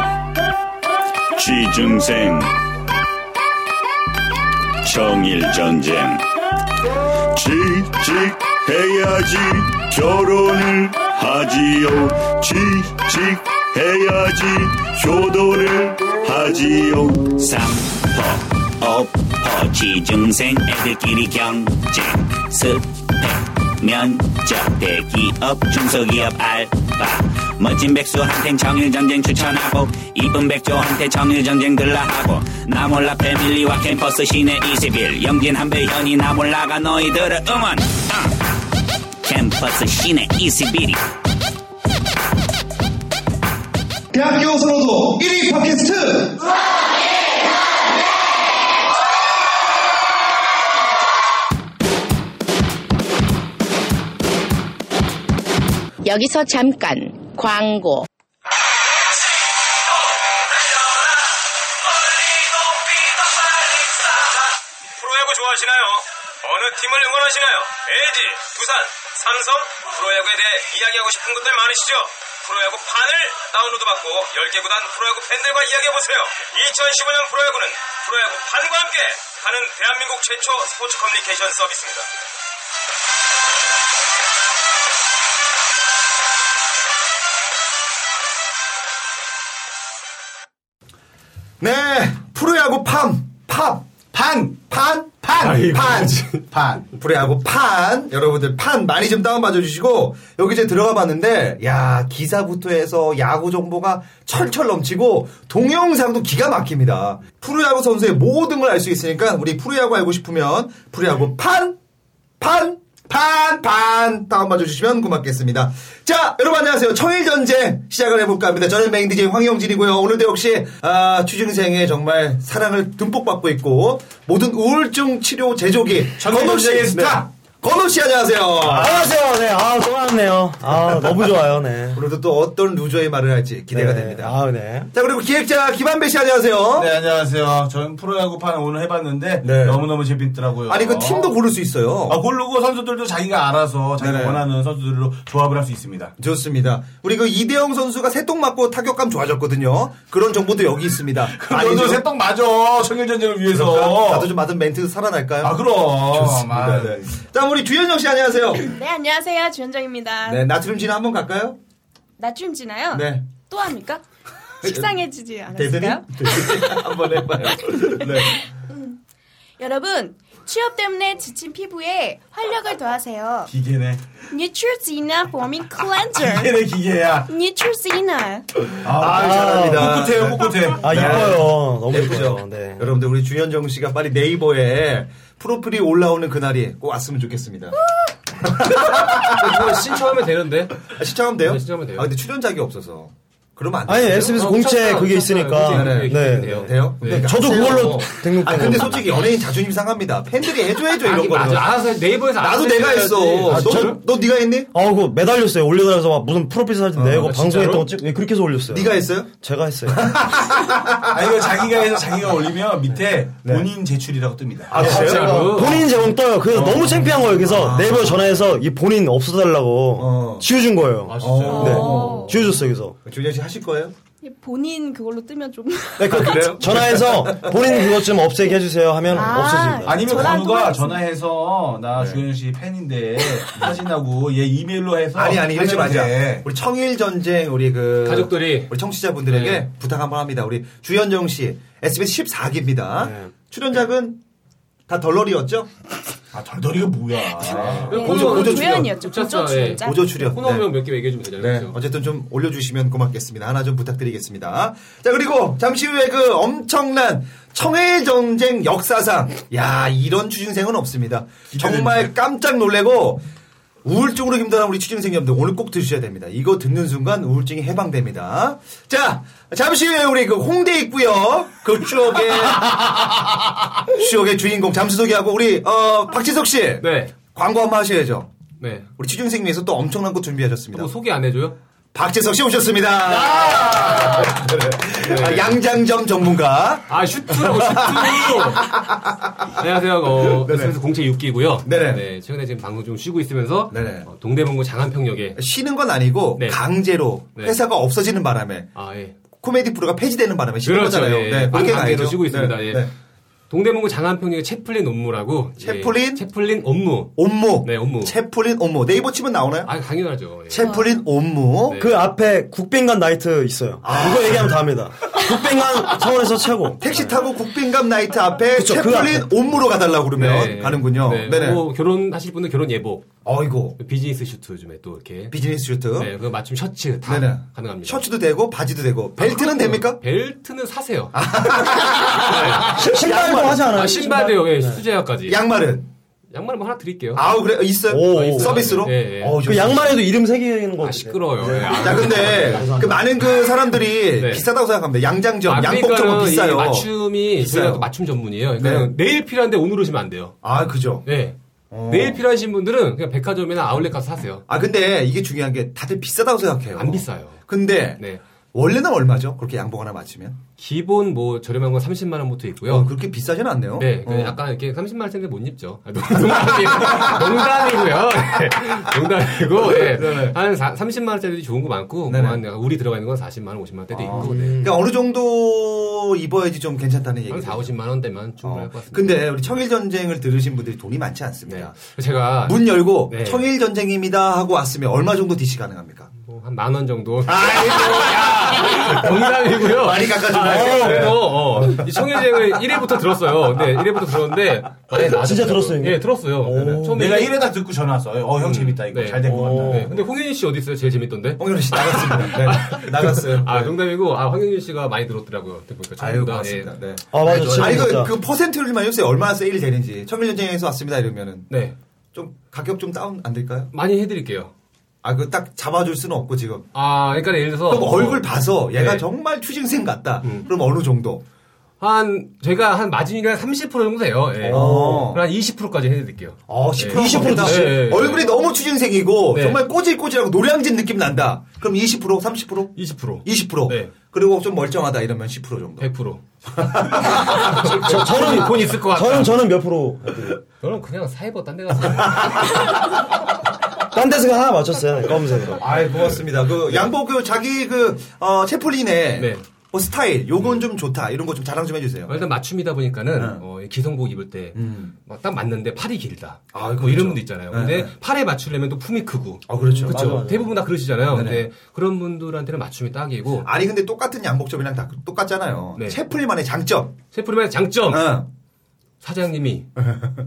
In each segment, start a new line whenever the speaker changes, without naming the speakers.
흑, 취중생, 청일전쟁, 취직해야지 결혼을 하지요, 취직해야지 효도를 하지요,
삼포 오포 어, 지중생 애들끼리 경쟁 스펙 면접 대기업 중소기업 알바 멋진 백수한텐 정일전쟁 추천하고 이쁜 백조한테 정일전쟁 들라하고 나몰라 패밀리와 캠퍼스 시내 21 영진 한배 현이 나몰라가 너희들을 응원 응. 캠퍼스 시내 21이
대학교 선호도 1위 팟캐스트
여기서 잠깐 광고.
프로야구 좋아하시나요? 어느 팀을 응원하시나요? LG, 두산, 삼성, 프로야구에 대해 이야기하고 싶은 분들 많으시죠? 프로야구 판을 다운로드 받고 10개 구단 프로야구 팬들과 이야기해보세요. 2015년 프로야구는 프로야구 판과 함께 하는 대한민국 최초 스포츠 커뮤니케이션 서비스입니다.
네, 프로야구 팜, 팝, 반, 반, 반,
아이고,
반,
진짜.
반. 프로야구 판, 여러분들 판 많이 좀 다운받아 주시고, 여기 이제 들어가 봤는데, 야, 기사부터 해서 야구 정보가 철철 넘치고, 동영상도 기가 막힙니다. 프로야구 선수의 모든 걸 알 수 있으니까, 우리 프로야구 알고 싶으면, 프로야구 판, 판, 판, 판 다운받아 주시면 고맙겠습니다. 자, 여러분 안녕하세요. 청일전쟁 시작을 해볼까 합니다. 저는 메인 DJ 황영진이고요. 오늘도 역시 아, 취중생의 정말 사랑을 듬뿍 받고 있고 모든 우울증 치료 제조기 건호씨의
전쟁의
스타
스타.
건호씨 안녕하세요.
안녕하세요. 네, 아, 또 왔네요. 아, 너무 좋아요, 네.
오늘도 또 어떤 루저의 말을 할지 기대가
네,
됩니다.
아, 네.
자, 그리고 기획자 김한배씨 안녕녕하세요
네, 안녕하세요. 저는 프로야구판을 오늘 해봤는데
네.
너무너무 재밌더라고요.
아니 그 팀도 고를 수 있어요.
아, 고르고 선수들도 자기가 알아서 자기가
네네.
원하는 선수들로 조합을 할 수 있습니다.
좋습니다. 우리 그 이대영 선수가 새똥 맞고 타격감 좋아졌거든요. 그런 정보도 여기 있습니다. 많이
너도
좀-
새똥 맞아. 청일전쟁을
그럴까요?
위해서.
나도 좀 맞은 멘트 살아날까요?
그렇죠? 아, 그럼.
좋습니다.
아,
네. 자, 우리 주현정 씨 안녕하세요.
네, 안녕하세요. 주현정입니다.
네, 나트륨 진화 한번 갈까요?
낮춤 지나요?
네.
또 합니까? 식상해지지
대드니?
않았을까요?
한번 해봐요. 네.
여러분, 취업 때문에 지친 피부에 활력을 더하세요.
기계네.
뉴트로지나 보밍 클렌저.
기계네, 기계야.
뉴트로지나.
아,
잘합니다. 네.
꿋꿋해요, 꿋꿋해.
아, 이뻐요. 너무
예쁘죠?
예뻐요. 네.
여러분들, 우리 주현정 씨가 빨리 네이버에 프로필이 올라오는 그날이 꼭 왔으면 좋겠습니다.
그거 신청하면 되는데.
아, 시청하면 돼요?
네, 시청하면 돼요.
아, 근데 출연작이 없어서. 그러면 안 돼요.
아니, SBS 공채 그게 있으니까.
네,
네.
네.
돼요?
네.
그러니까
저도
하세요.
그걸로 등록해
아, 근데 솔직히 연예인 자존심 상합니다. 팬들이 해줘야죠, 이런
아니,
거는.
맞아. 알아서 네이버에서
나도
알아서
내가
해줘야지.
했어.
아, 진짜요?
너, 너 네가 했니? 어,
아, 그 매달렸어요. 올려달라서 막 무슨 프로필 사진 내고
아,
방송에
진짜로?
했던 거 찍, 예, 그렇게 해서 올렸어요.
네가 했어요?
제가 했어요.
아, 이거 자기가 해서 자기가 올리면 밑에
네.
본인 제출이라고 뜹니다.
아,
아. 진짜로? 어. 아.
본인 제목 떠요. 그래서 너무 창피한 거예요. 그래서 네이버 전화해서 이 본인 없어달라고
어.
지워준 거예요.
아, 진짜요?
네. 지워줬어요, 그래서.
아, 준현 씨 하실 거예요?
본인 그걸로 뜨면 좀.
네, 그,
아,
그래요?
전화해서 본인 그것 좀 없애게 해주세요 하면
아.
없어집니다.
아니면
전화
건우가
통화
전화해서 나 주현 씨 팬인데 사진하고 얘 이메일로 해서
아니 아니 이러지
하면
마자.
돼.
우리 청일 전쟁 우리 그
가족들이.
우리 청취자분들에게
네.
부탁 한번 합니다. 우리 주현정 씨 SBS 14기입니다.
네.
출연작은 다 덜러리였죠?
아 덜덜이가 뭐야?
네,
오조- 오조 출연.
조연이었죠.
쫓았어,
고조 출연자.
오조 출연.
코너
네.
명몇개 얘기해주면 되잖아요. 그렇죠?
네,
그죠?
어쨌든 좀 올려주시면 고맙겠습니다. 하나 좀 부탁드리겠습니다. 자, 그리고 잠시 후에 그 엄청난 청해전쟁 역사상, 야 이런 취준생은 없습니다. 정말 깜짝 놀래고 우울증으로 힘들어하는 우리 취준생 여러분들 오늘 꼭 들으셔야 됩니다. 이거 듣는 순간 우울증이 해방됩니다. 자, 잠시 후에 우리 그 홍대 있고요. 그 추억의 추억의 주인공 잠수석이하고 우리 어 박지석 씨,
네.
광고 한번 하셔야죠.
네.
우리 취준생 위해서 또 엄청난 거 준비하셨습니다.
뭐 소개 안 해줘요?
박재석 씨 오셨습니다. 네. 아, 양장점 전문가.
아, 슈트라고, 슈트! 안녕하세요.
네.
어, SBS 공채 6기고요.
네네.
최근에 지금 방송 좀 쉬고 있으면서
네네.
어, 동대문구 장안평역에
쉬는 건 아니고
네.
강제로
네.
회사가 없어지는 바람에
아, 예.
코미디 프로가 폐지되는 바람에 쉬는
그렇죠,
거잖아요.
예.
네,
많은
그게
관계에서
나이죠.
쉬고 있습니다,
네,
예.
네.
동대문구 장안평역의 채플린 업무라고. 예.
채플린?
채플린 업무.
옴무.
네, 업무.
채플린 옴무. 네이버 치면 나오나요?
아, 당연하죠. 예.
채플린 옴무.
네. 아.
그 앞에 국빈관 나이트 있어요. 이거 얘기하면 다 합니다. 국빈관 서울에서 최고.
택시 타고 국빈감 나이트 앞에
그쵸, 그
채플린
앞에.
옴무로 가달라고 그러면 가는군요.
네.
네. 네
뭐 결혼하실 분은 결혼 예복,
어이고.
비즈니스 슈트 요즘에 또 이렇게.
비즈니스 슈트.
네, 그 맞춤 셔츠 다
네네.
가능합니다.
셔츠도 되고 바지도 되고 벨트는
아, 그럼요.
됩니까? 아,
벨트는 사세요.
신발도 그 하지 않아요?
아, 신발도요. 예, 수제화까지.
네. 양말은
양말 뭐 하나 드릴게요.
아우 그래 있어요
오,
어,
있어요.
서비스로.
예, 예.
어우,
그
좋습니다.
양말에도 이름 세 개 있는 거.
아, 시끄러워요.
네.
예, 아,
야 근데 그 많은 그 사람들이
네.
비싸다고 생각합니다. 양장점,
아,
양복점은
그러니까는 이
비싸요.
맞춤이
비싸요. 네.
저희가 또 맞춤 전문이에요. 그러니까 내일 필요한데 오늘 오시면 안 돼요.
아 그죠.
네. 내일 필요하신 분들은 그냥 백화점이나 아울렛 가서 사세요.
아 근데 이게 중요한 게 다들 비싸다고 생각해요.
안 비싸요.
근데
네.
원래는 얼마죠? 그렇게 양복 하나 맞추면?
기본 뭐 저렴한 건 30만 원부터 있고요.
어, 그렇게 비싸진 않네요.
네,
어.
근데 약간 이렇게 30만 원 텐데 못 입죠. 아, 농- 농담이에요. 농담이고요. 네, 농담이고, 예. 한 사- 30만 원짜리도 좋은 거 많고,
네네.
뭐 한 내가 우리 들어가 있는 건 40만 원, 50만 원대도 있고, 네.
그러니까 어느 정도 입어야지 좀 괜찮다는
한
얘기죠.
4, 50만 원대면 충분할
음. 어.
것 같습니다.
근데 우리 청일 전쟁을 들으신 분들이 돈이 많지 않습니다.
네. 제가
아, 문 열고
네.
청일 전쟁입니다 하고 왔으면 얼마 정도 DC 가능합니까?
뭐 한 만 원 정도.
아,
아이고, 야! 농담이고요.
많이 깎아준다.
어, 그래서, 어, 이 청일쟁을 1회부터 들었어요. 네, 1회부터 들었는데. 많이 나아졌더라고요.
진짜 들었어요, 이거?
예, 들었어요. 처음에.
내가 1회다 듣고 전화 왔어. 어, 형 재밌다. 이거
네.
잘 된 것 같다.
네, 근데 홍현희 씨 어디 있어요? 제일 재밌던데?
홍현우 씨 나갔습니다. 네, 나갔어요.
아, 농담이고, 아, 황영준 씨가 많이 들었더라고요. 보니까 전부
아유
다,
고맙습니다.
예.
네.
아, 맞아. 진짜.
아 이거
진짜.
그 퍼센트율만 요새 얼마나 세일이 되는지 청일 전쟁에서 왔습니다 이러면은
네.
좀 가격 좀 다운 안 될까요?
많이 해드릴게요.
아 그 딱 잡아줄 수는 없고 지금
아, 그러니까 예를 들어서.
그럼 뭐 얼굴 봐서 얘가
네. 음.
정말 취준생 같다. 그럼 어느 정도?
한, 저희가 한 마진율이 한30% 정도 돼요. 예.
어.
그럼 한 20%까지 해드릴게요.
어, 10%
네.
20%
네, 네, 네.
얼굴이 너무 취준생이고
네.
정말 꼬질꼬질하고 노량진 느낌 난다. 그럼 20% 30%
20%.
20%
네.
그리고 좀 멀쩡하다 이러면 10% 정도.
100%. 저, 저는 돈 있을 것 같아.
저는 저는 몇 프로? 할게요.
너는 그냥 사이버 딴 데 가서.
딴 데서 하나 맞췄어요. 검색으로.
아이 고맙습니다. 그 양복 그 자기 그 어, 채플린의
네. 음.
뭐 스타일 요건 좀 좋다 이런 거 좀 자랑 좀 해주세요.
뭐 일단 맞춤이다 보니까는,
네.
어, 이 기성복 입을 때,
음.
막 딱 맞는데 팔이 길다.
아,
뭐
그렇죠.
이런 분도 있잖아요. 근데
네, 네.
팔에 맞추려면 또 품이 크고.
아 그렇죠.
그렇죠.
맞아.
대부분 다 그러시잖아요.
네네.
근데 그런 분들한테는 맞춤이 딱이고
아니 근데 똑같은 양복점이랑 다 똑같잖아요.
네.
채플린만의 장점.
셰프님의 장점
어.
사장님이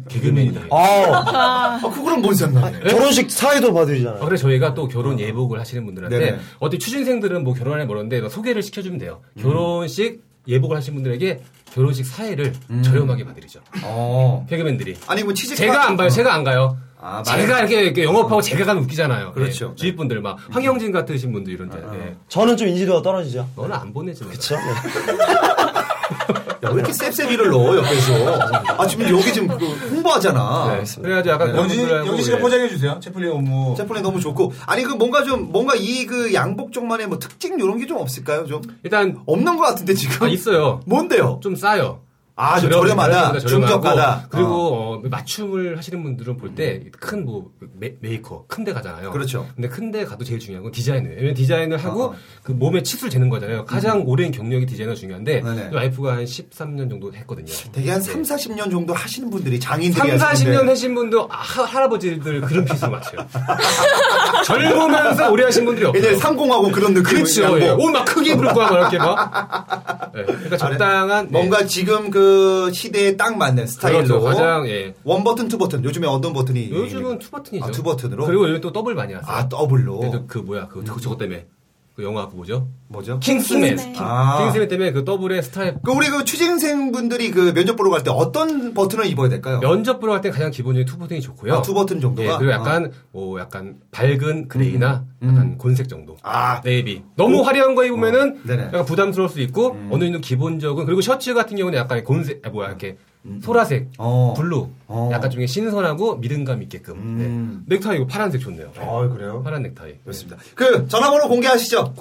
개그맨이다.
아
아 그거랑 뭔 상관이에요?
네?
결혼식 사회도 봐드리잖아요.
그래 서 저희가 또 결혼 예복을 하시는 분들한테
네네.
어떻게 취준생들은 뭐 결혼하려 모르는데 막 소개를 시켜주면 돼요.
음.
결혼식 예복을 하신 분들에게 결혼식 사회를
음.
저렴하게 봐드리죠.
어.
개그맨들이
아니 뭐 취직
아. 제가 안 봐요. 제가 안 가요.
아,
제가 이렇게, 이렇게 영업하고 제가 가면 웃기잖아요.
그렇죠. 아,
예, 주위 분들 막 황영진 같으신 분들 이런데 예.
저는 좀 인지도가 떨어지죠.
너는 안 보내지.
그쵸?
그렇죠.
네.
야, 왜 이렇게 셉셉이를 넣어 옆에서? 아 지금 여기 지금 그 홍보하잖아.
네,
네.
그래가지고 약간 그런
영진,
분들하고
영진 씨가
예.
포장해주세요. 채플린 업무.
채플린 너무 좋고 아니 그 뭔가 좀 뭔가 이 그 양복 쪽만의 뭐 특징 이런 게 좀 없을까요? 좀
일단
없는 것 같은데 지금
아, 있어요.
뭔데요?
좀 싸요.
아, 좀
저렴-
저렴하다,
저렴하다, 저렴하고.
중저가다. 아.
그리고 어, 맞춤을 하시는 분들은 볼 때 큰 뭐 메이커 큰 데 가잖아요.
그렇죠. 아,
근데 큰 데 가도 제일 중요한 건 디자인이에요. 왜냐면 디자인을 하고 그 몸에 치수를 재는 거잖아요. 가장 오랜 경력이 디자이너 중요한데
음. 네네.
와이프가 한 13년 정도 했거든요.
대개 한 3, 40년 정도 하시는 분들이 장인들이
3, 네. 40년
하시는데
하신 분도 아, 하- 할아버지들 그런 피스로 맞춰요. 젊으면서 오래 하신 분들이
옛날
없어요.
상공하고 그런 느낌
그렇죠. 예. 옷막 크게 입을 거야, 막 이렇게 막. 예. 그러니까 적당한 예.
아, 네. 뭔가 지금 그 시대에 딱 맞는 스타일로
그렇죠. 가장 예.
원 버튼 투 버튼 요즘에 어떤 버튼이
요즘은 투 버튼이죠.
아, 투 버튼으로?
그리고 요즘 또 더블 많이 왔어요.
아 더블로
근데 또그 뭐야 그 저거 때문에 그 영화 그 뭐죠?
뭐죠?
킹스맨.
킹스맨.
아.
킹스맨 때문에 그 더블의 스타일
그 우리 그 취직생 분들이 그 면접 보러 갈 때 어떤 버튼을 입어야 될까요?
면접 보러 갈 때 가장 기본적인 투 버튼이 좋고요.
아, 투 버튼 정도가? 아.
예, 그리고 약간 뭐 약간 밝은 그레이나 약간 곤색 정도.
음. 아. 어.
네이비. 너무 화려한 거 입으면은
네네. 음.
약간 부담스러울 수 있고 어느 정도 기본적인 그리고 셔츠 같은 경우는 약간 곤색 아, 뭐야 이렇게 소라색,
음. 어.
블루,
어.
약간 중에 신선하고 미등감 있게끔.
음.
네. 넥타이 이거 파란색 좋네요.
아 그래요?
파란 넥타이. 네.
그렇습니다. 그 전화번호 공개하시죠.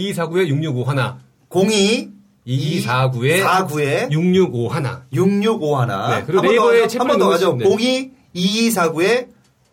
02249665 하나.
02
249에
49에
665 하나.
665 하나.
네, 그리고
한번
네이버에
더 하죠. 한번 더 가죠.
채플린
02 2249에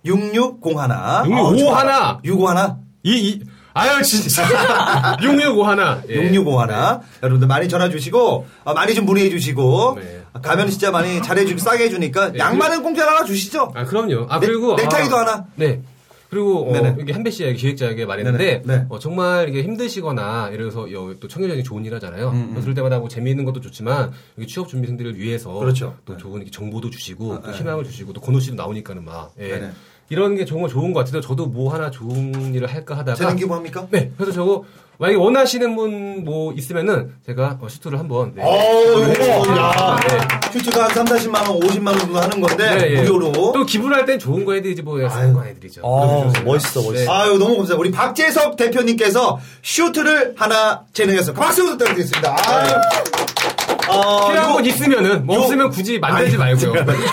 660 하나.
665 하나.
65 하나.
이, 이
아유 진짜 665 하나. 예.
665
네.
하나. 여러분들 많이 전화 주시고 어, 많이 좀 문의해 주시고
네.
아, 가면 진짜 많이 잘해 주고 싸게 해 주니까
네,
그-
양말은 공짜로 하나 주시죠.
아 그럼요. 아
넥-
그리고
네, 넥타이도
아,
하나.
네. 그리고 어,
네네.
여기 한배 씨에게 기획자에게 말했는데
네네. 네.
어, 정말 이게 힘드시거나 이래서 여- 또 청년전이 좋은 일 하잖아요.
음,
그럴 때마다 뭐 재미있는 것도 좋지만 여기 취업 준비생들을 위해서
그렇죠.
또
네.
좋은 이렇게 정보도 주시고 또
네.
희망을 주시고 또 건우 씨도 나오니까는 막 예.
네네.
이런 게 정말 좋은 것 같아요. 저도 뭐 하나 좋은 일을 할까 하다가
재능 기부합니까?
네. 그래서 저거 만약에 원하시는 분 뭐 있으면은 제가 어, 슈트를 한번 네.
이거 야.
네.
큐트가 한 3, 40만 원, 50만 원 정도 하는 건데
네, 예.
무료로.
또 기부를 할 땐 좋은 거 해드리지 뭐 그냥 싸는 거 안 해드리죠.
어, 멋있어,
네.
멋있어.
아유 너무 감사합니다. 우리 박재섭 대표님께서 슈트를 하나 재능해서 박수 부탁드리겠습니다. 아유. 어,
네. 필요한
요-
건 있으면은 뭐
요-
없으면 굳이 만들지 말고요. 없는데
요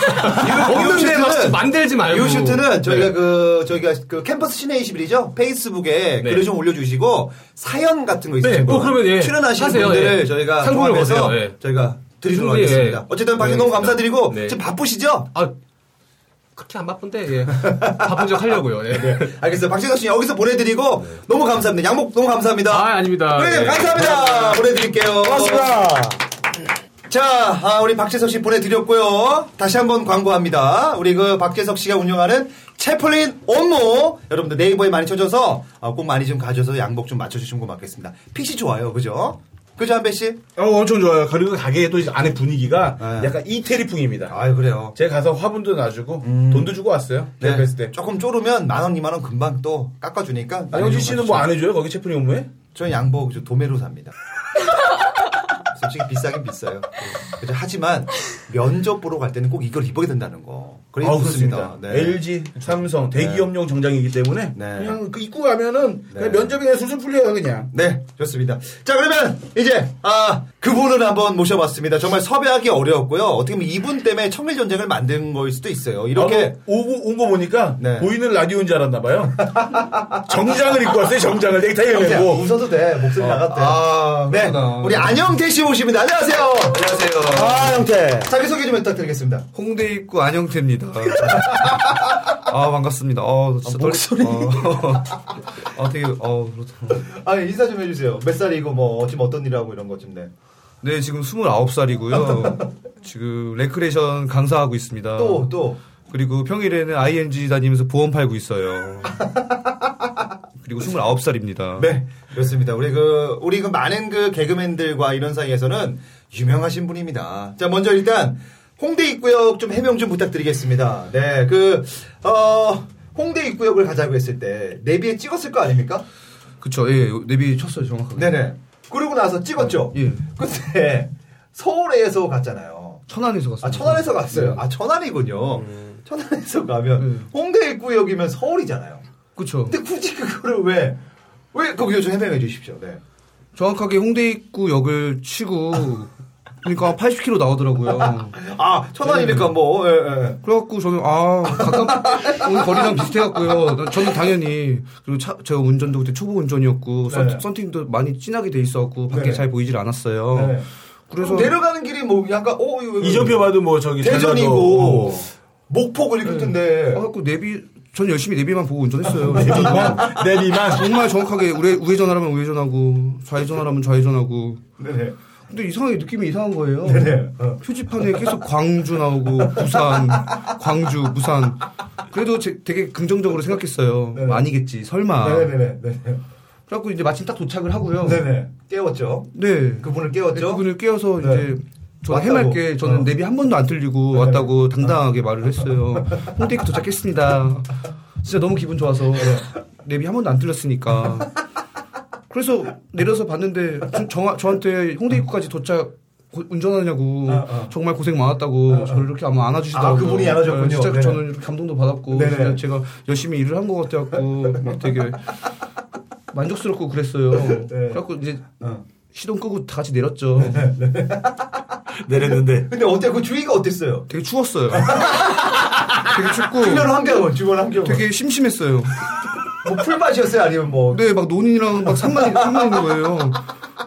슈트는-
막 만들지 말고.
요 슈트는 저희가
네.
그 저희가 그 캠퍼스 시내 21이죠 페이스북에
네.
글을 좀 올려주시고 사연 같은 거 있으신
네,
거
어, 그러면 예.
출연하시는
하세요,
분들을
예.
저희가
상품을
통합해서
거세요, 예.
저희가 드리도록
충분히,
하겠습니다.
예.
어쨌든 방송 너무
알겠습니다.
감사드리고
네.
지금 바쁘시죠?
아 그렇게 안 바쁜데 예. 바쁜 척 하려고요. 예.
네. 알겠어요. 박진석 씨 여기서 보내드리고 너무 감사합니다. 양복 너무 감사합니다.
아 아닙니다.
네,
예.
감사합니다. 보내드릴게요.
고맙습니다.
자, 아, 우리 박재석 씨 보내드렸고요. 다시 한번 광고합니다. 우리 그 박재석 씨가 운영하는 채플린 업무 여러분들 네이버에 많이 쳐줘서 아, 꼭 많이 좀 가져서 양복 좀 맞춰주시면 고맙겠습니다. 핏이 좋아요, 그죠? 그죠, 한배 씨?
어, 엄청 좋아요. 그리고 가게에 또 이제 안에 분위기가
네.
약간 이태리풍입니다.
아유 그래요.
제가 가서 화분도 놔주고 돈도 주고 왔어요.
네,
제가 뵀을 때.
조금 쪼르면 만 원, 이만 원 금방 또 깎아주니까.
안영진 씨는 뭐 안 해줘요? 거기 채플이 업무에?
저는 양복 저 도매로 삽니다. 솔직히 비싸긴 비싸요. 그죠? 하지만 면접 보러 갈 때는 꼭 이걸 입어야 된다는 거. 그래
아,
좋습니다.
그렇습니다. LG, 삼성 대기업용 정장이기 때문에
네.
그냥 그 입고 가면은 그냥 면접이 그냥 술술 풀려요 그냥.
네, 좋습니다. 자, 그러면 이제 아 그분을 한번 모셔봤습니다. 정말 섭외하기 어려웠고요. 어떻게 보면 이분 때문에 청일 전쟁을 만든 거일 수도 있어요. 이렇게
아, 오고 온 거 보니까
네.
보이는 라디오인 줄 알았나 봐요. 정장을 입고 왔어요. 정장을 넥타이 메고.
네, 뭐, 웃어도 돼. 목소리 나갔대.
아,
네,
그렇구나.
우리 안영태 씨 모십니다. 안녕하세요. 안녕하세요.
아, 형태.
자기 소개 좀 부탁드리겠습니다.
홍대 입구 안영태입니다. 아 반갑습니다. 어, 진짜 떨리- 어, 아 되게 어 그렇다.
아 인사 좀 해주세요. 몇 살이고 뭐 지금 어떤 일을 하고 이런 것 좀 네.
네 지금 29살이고요. 지금 레크레이션 강사하고 있습니다.
또 또.
그리고 평일에는 ING 다니면서 보험 팔고 있어요. 그리고 29살입니다.
네, 그렇습니다. 우리 그 우리 그 많은 그 개그맨들과 이런 사이에서는 유명하신 분입니다. 자, 먼저 일단 홍대 입구역 좀 해명 좀 부탁드리겠습니다. 네, 그어 홍대 입구역을 가자고 했을 때 내비에 찍었을 거 아닙니까?
그쵸. 예, 내비 쳤어요 정확하게.
네네. 그러고 나서 찍었죠.
예.
근데 서울에서 갔잖아요.
천안에서 예. 음. 갔어요.
아 천안에서 갔어요. 아 천안이군요. 천안에서 가면
예.
홍대 입구역이면 서울이잖아요.
그쵸.
근데 굳이 그거를 왜? 왜, 거기 요좀 해명해 주십시오. 네.
정확하게 홍대 입구 역을 치고 그러니까 80km 나오더라고요.
아, 천안이니까 뭐, 예, 예.
그래갖고 저는 아 가까운 오늘 거리랑 비슷해갖고요. 나- 저는 당연히 그리고 차, 제가 운전도 그때 초보 운전이었고 선-
네.
선팅도 많이 진하게 돼 있어갖고 밖에
네.
잘 보이질 않았어요.
네.
그래서
내려가는 길이 뭐 약간 어 이거, 이거.
이정표 봐도 뭐 저기
대전이고 목포고 이렇게 텐데
그래갖고 내비 저는 열심히 내비만 보고 운전했어요. 내비만
내비만
정말 정확하게 우회 우회전하라면 우회전하고 좌회전하라면 좌회전하고.
네네
근데 이상하게 느낌이 이상한 거예요.
네네 어.
표지판에 계속 광주 나오고 부산, 광주, 부산. 그래도 제- 되게 긍정적으로 생각했어요.
네네.
아니겠지, 설마.
네네네 네네
그래갖고 이제 마침 딱 도착을 하고요.
네네 깨웠죠
네.
그분을
네,
깨웠죠
그분을 깨워서
네.
이제 저는
왔다고.
해맑게 저는
어.
내비 한 번도 안 틀리고 왔다고 당당하게 말을 했어요. 홍대입구 도착했습니다. 진짜 너무 기분 좋아서
네.
내비 한 번도 안 틀렸으니까. 그래서 내려서 봤는데 저, 저, 저한테 홍대입구까지 도착 고- 운전하냐고
아, 아.
정말 고생 많았다고 저를 이렇게 아마 안아주시더라고요.
아, 그분이 안아줬군요.
네, 진짜
네네.
저는 감동도 받았고
네네.
진짜 제가 열심히 일을 한 것 같아갖고 막 되게 만족스럽고 그랬어요. 그래갖고 이제
네. 어. 네,
시동 끄고 다 같이 내렸죠.
내렸는데
근데 어때 그 주위가 어땠어요
되게 추웠어요. 되게 춥고
주변 환경은 주변 환경은
되게 심심했어요.
뭐 풀밭이었어요 아니면 뭐
근데 막 논인이랑 막 산만 산만 있는 거예요.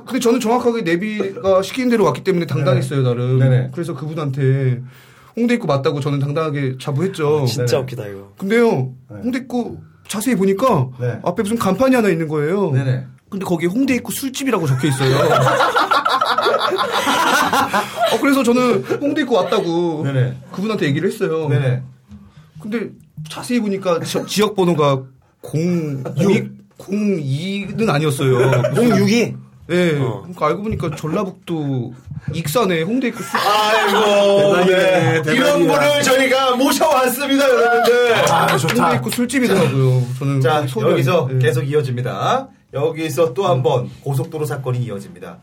근데 저는 정확하게 내비가
어,
시키는 대로 왔기 때문에 당당했어요 나름.
네네.
그래서 그분한테 홍대 입구 맞다고 저는 당당하게
네.
자부했죠.
진짜 웃기다, 이거.
근데요 홍대 입구
자세히 보니까 앞에 무슨 간판이 하나 있는 거예요. 근데 거기에 홍대 입구 술집이라고 적혀 있어요. 어, 그래서 저는 홍대 입구 왔다고 그분한테 얘기를 했어요. 근데 자세히 보니까 지- 지역 번호가 06 02는 아니었어요.
06이?
예.
어.
그러니까 알고 보니까 전라북도 익산에 홍대 입구 술.
아이고, 네. 이런 분을 저희가 모셔왔습니다, 여러분들.
아, 좋다. 홍대 입구 술집이더라고요. 예. 저는
아,
자,
아, 소개합니다.
여기서 계속 이어집니다. 여기서
음.
또 한 번 고속도로 사건이 이어집니다.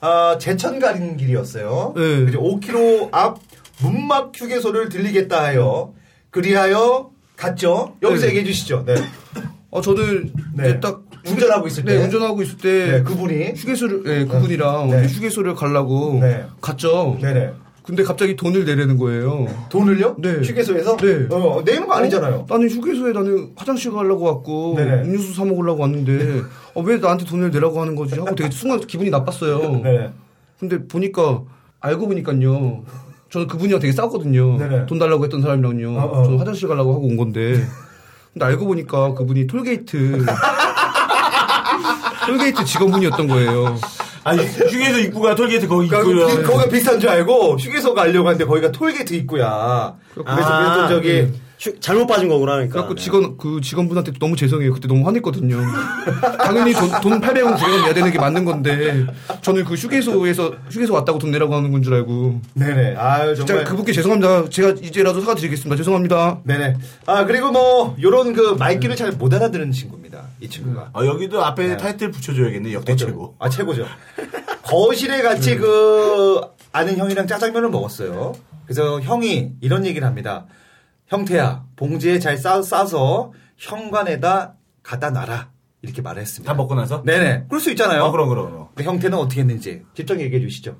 아, 제천 가는 길이었어요.
네.
이제 5km 앞 문막 휴게소를 들리겠다 하여 그리하여 갔죠. 여기서
네.
얘기해 주시죠. 네.
어, 저는 이제 딱
운전하고 있을 때.
네, 운전하고 있을 때
네, 그분이 네.
휴게소를 예, 그분이랑 휴게소를 가려고 갔죠.
네네.
근데 갑자기 돈을 내려는 거예요.
음,
돈을요?
네.
휴게소에서?
네.
어, 내는 거 아니잖아요.
나는 휴게소에 나는 화장실 가려고 왔고
네네.
음료수 사 먹으려고 왔는데 어, 왜 나한테 돈을 내라고 하는 거지 하고 되게 순간 기분이 나빴어요.
네.
네.
근데 보니까 알고 보니까요. 저는 그분이랑 되게 싸웠거든요.
네.
돈 달라고 했던 사람이랑요.
어,
저는 화장실 가려고 하고 온 건데. 근데 알고 보니까 그분이 톨게이트 톨게이트 직원분이었던 거예요.
아니 휴게소 입구가 톨게이트 거기
그러니까 비- 거기가 비슷한 줄 알고 휴게소 가려고 하는데 거기가 톨게이트 입구야. 그래서 그래서 저기
잘못 빠진 거구나 그러니까. 그래갖고
네.
네.
직원 그 직원분한테 너무 죄송해요. 그때 너무 화냈거든요. 당연히 돈, 돈 800원 900원 내야 되는 게 맞는 건데 저는 그 휴게소에서 휴게소 왔다고 돈 내라고 하는 건 줄 알고.
네네. 아유
진짜
정말
그분께 죄송합니다. 제가 이제라도 사과드리겠습니다. 죄송합니다.
네네. 아 그리고 뭐 요런 그 말귀를 잘 못 알아들은 친구입니다. 이 친구가.
아 여기도 앞에
네.
타이틀 붙여줘야겠네 역대 최고.
아 최고죠. 거실에 같이 그 아는 형이랑 짜장면을 먹었어요. 그래서 형이 이런 얘기를 합니다. 형태야, 봉지에 잘 싸, 싸서 현관에다 갖다 놔라. 이렇게 말했습니다. 다
먹고 나서?
네네. 그럴 수 있잖아요.
아, 그럼, 그럼, 그럼.
근데 형태는 어떻게 했는지 직접 얘기해 주시죠.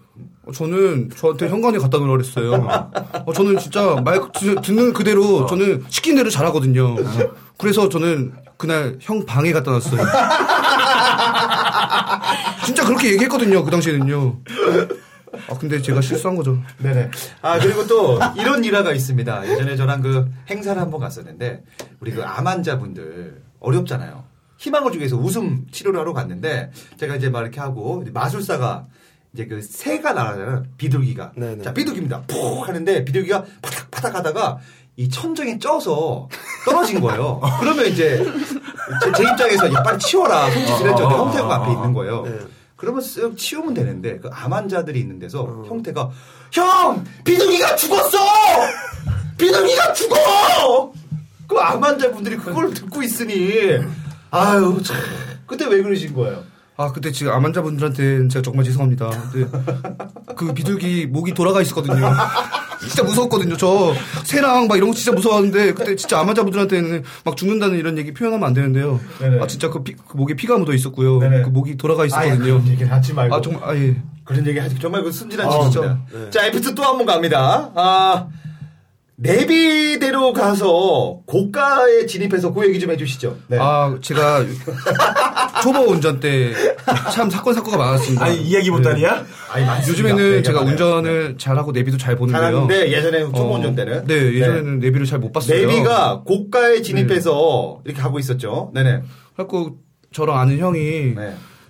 어, 저는 저한테 현관에 갖다 놓으라 그랬어요. 어, 저는 진짜 말 드- 듣는 그대로 저는 시킨 대로 잘하거든요. 그래서 저는 그날 형 방에 갖다 놨어요. 진짜 그렇게 얘기했거든요. 그 당시에는요. 아 근데 제가 실수한 거죠.
네네. 아 그리고 또 이런 일화가 있습니다. 예전에 저랑 그 행사를 한번 갔었는데 우리 그 암환자분들 어렵잖아요. 희망을 주기 위해서 웃음 치료를 하러 갔는데 제가 이제 막 이렇게 하고 이제 마술사가 이제 그 새가 날아가잖아요. 비둘기가. 자 비둘기입니다. 푹 하는데 비둘기가 파닥 파닥 하다가 이 천정에 쪄서 떨어진 거예요. 그러면 이제 제, 제 입장에서 야, 빨리 치워라 손짓을 했죠. 근데 형태가 앞에 있는 거예요. 그러면 쓱 치우면 되는데 그 암환자들이 있는 데서 형태가 형 비둘기가 죽었어 비둘기가 죽어 그 암환자분들이 그걸 듣고 있으니 아유 참 그때 왜 그러신 거예요?
아 그때 지금 암환자분들한테 제가 정말 죄송합니다. 근데 그 비둘기 목이 돌아가 있었거든요. 진짜 무서웠거든요. 저 새랑 막 이런 거 진짜 무서웠는데 그때 진짜 암환자분들한테는 막 죽는다는 이런 얘기 표현하면 안 되는데요.
네네.
아 진짜 그, 피- 그 목에 피가 묻어 있었고요. 그 목이 돌아가
아예
있었거든요.
그런 얘기는 하지 말고
아 정말 아 예.
그런 얘기 하지 정말 그 순진한
아,
짓이죠.
진짜. 네.
자 에피트 또 한 번 갑니다. 아 내비대로 가서 고가에 진입해서 그 얘기 좀 해주시죠. 네.
아 제가 초보 운전 때 참 사건 사고가 많았습니다.
아니, 이야기
네.
못하냐?
아니, 많습니다.
요즘에는
네,
제가
많아요.
운전을 잘하고 내비도 잘 보는데요.
잘하는데 예전에 초보 운전 때는?
네 예전에는 내비를 잘 못 봤어요. 네.
네비가 고가에 진입해서 이렇게 하고 있었죠. 네네. 네.
그래갖고 저랑 아는 형이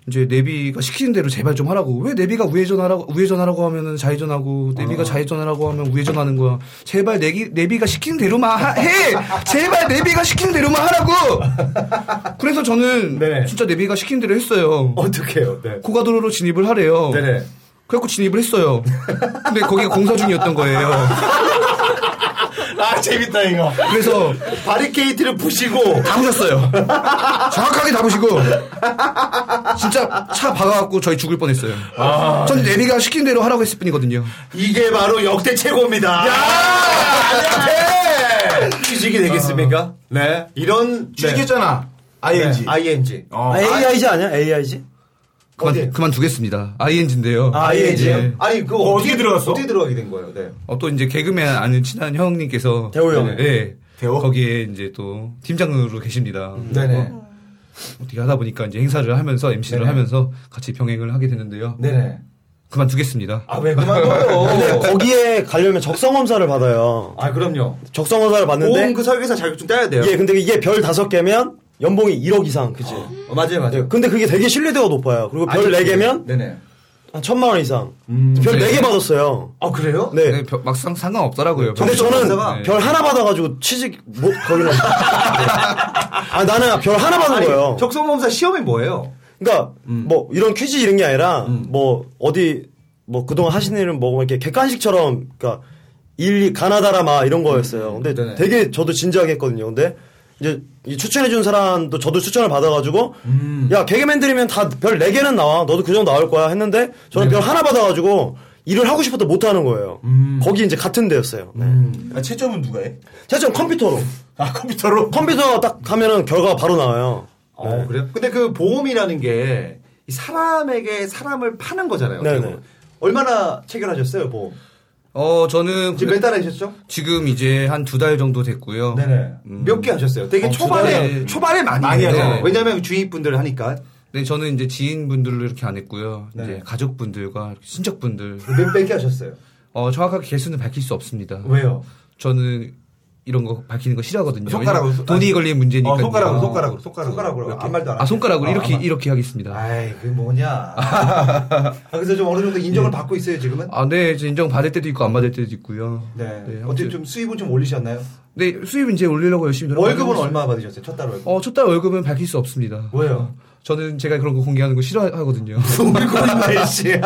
이제 내비가 시키는 대로 제발 좀 하라고 왜 내비가 우회전하라고 우회전하라고 하면은 좌회전하고
어.
내비가 좌회전하라고 하면 우회전하는 거야 제발 내기 내비가 시키는 대로만 하- 해 제발 내비가 시키는 대로만 하라고 그래서 저는 진짜 내비가 시키는 대로 했어요
어떻게요? 네.
고가도로로 진입을 하래요 그래갖고 진입을 했어요 근데 거기가 공사 중이었던 거예요
아 재밌다 이거.
그래서
바리케이트를 부시고
다 보셨어요 정확하게 다 보시고 진짜 차 박아갖고 저희 죽을 뻔했어요.
아. 네.
전 내비가 시킨 대로 하라고 했을 뿐이거든요.
이게 바로 역대 최고입니다. 야! 취직이 되겠습니까? 네. 이런
취직했잖아.
ING. ING.
어.
AIG 아니야? AIG?
그만 그만 두겠습니다. ING인데요.
아,
아. ING요? 아니 그 어떻게 들어갔어? 어떻게 들어가게 된 거예요? 네.
또 이제 개그맨 아는 친한 형님께서
대호 형.
네, 네. 거기에 이제 또 팀장으로 계십니다.
네네.
어, 어떻게 하다 보니까 이제 행사를 하면서 MC를
네네.
하면서 같이 병행을 하게 되는데요.
네네.
그만 두겠습니다.
아왜
어.
그만둬요? 네.
근데 네, 거기에 가려면 적성 검사를 받아요.
아 그럼요.
적성 검사를 받는데
보험 그 설계사 자격증 따야 돼요.
예, 근데 이게 별 다섯 개면 연봉이 1억 이상, 그치? 네.
맞아요, 맞아요.
근데 그게 되게 신뢰도가 높아요. 그리고 별
아직도
4개면
네네. 음,
한 천만 원 이상. 별
네.
4개 받았어요.
아, 그래요?
네.
막상
네,
상관없더라고요. 네.
근데 저는 별 하나 받아가지고 취직, 뭐, 거기는. 아, 나는 별 하나 받은
아니,
거예요.
적성검사 시험이 뭐예요?
그러니까, 뭐, 이런 퀴즈 이런 게 아니라, 뭐, 어디, 뭐, 그동안 하신 일은 뭐, 이렇게 객관식처럼, 그러니까, 일이 가나다라 막 이런 거였어요. 근데 되게 저도 진지하게 했거든요. 근데, 이제, 이 추천해준 사람도 저도 추천을 받아가지고, 야, 개그맨들이면 다 별 4개는 나와. 너도 그 정도 나올 거야. 했는데, 저는 별 하나 받아가지고, 일을 하고 싶어도 못 하는 거예요. 거기 이제 같은 데였어요. 네.
아, 채점은 누가 해?
채점 컴퓨터로.
아, 컴퓨터로?
컴퓨터 딱 하면은 결과가 바로 나와요. 네.
어, 그래요? 근데 그 보험이라는 게이 사람에게 사람을 파는 거잖아요. 어떻게
네네.
보면. 얼마나 체결하셨어요, 보험?
어, 저는.
지금 몇 달 하셨죠?
지금 이제 한 두 달 정도 됐고요. 네,
네네. 음. 몇 개 하셨어요? 되게 초반에, 초반에 많이, 해요. 왜냐면 주위분들 하니까.
네, 저는 이제 지인분들로 이렇게 안 했고요.
네.
이제 가족분들과 친척분들.
몇, 몇개 하셨어요?
어, 정확하게 개수는 밝힐 수 없습니다.
왜요?
저는 이런 거 밝히는 거 싫어하거든요.
손가락으로,
왜냐면 돈이
아니,
걸리는 문제니까.
어, 손가락으로, 손가락으로, 손가락으로. 손가락으로. 아무 말도 안
아, 손가락으로
하시네.
이렇게,
아, 아마-
이렇게 하겠습니다.
아이, 그게 뭐냐. 아, 그래서 좀 어느 정도 인정을 받고 있어요, 지금은?
아, 네. 이제 인정받을 때도 있고 안 받을 때도 있고요.
네.
네,
어떻게 좀 수입은 좀 올리셨나요?
네, 수입 이제 올리려고 열심히
월급은 얼마 받으셨어요? 첫 달 월급.
어, 첫 달 월급은 밝힐 수 없습니다.
왜요?
저는 제가 그런 거 공개하는 거 싫어하거든요.
근데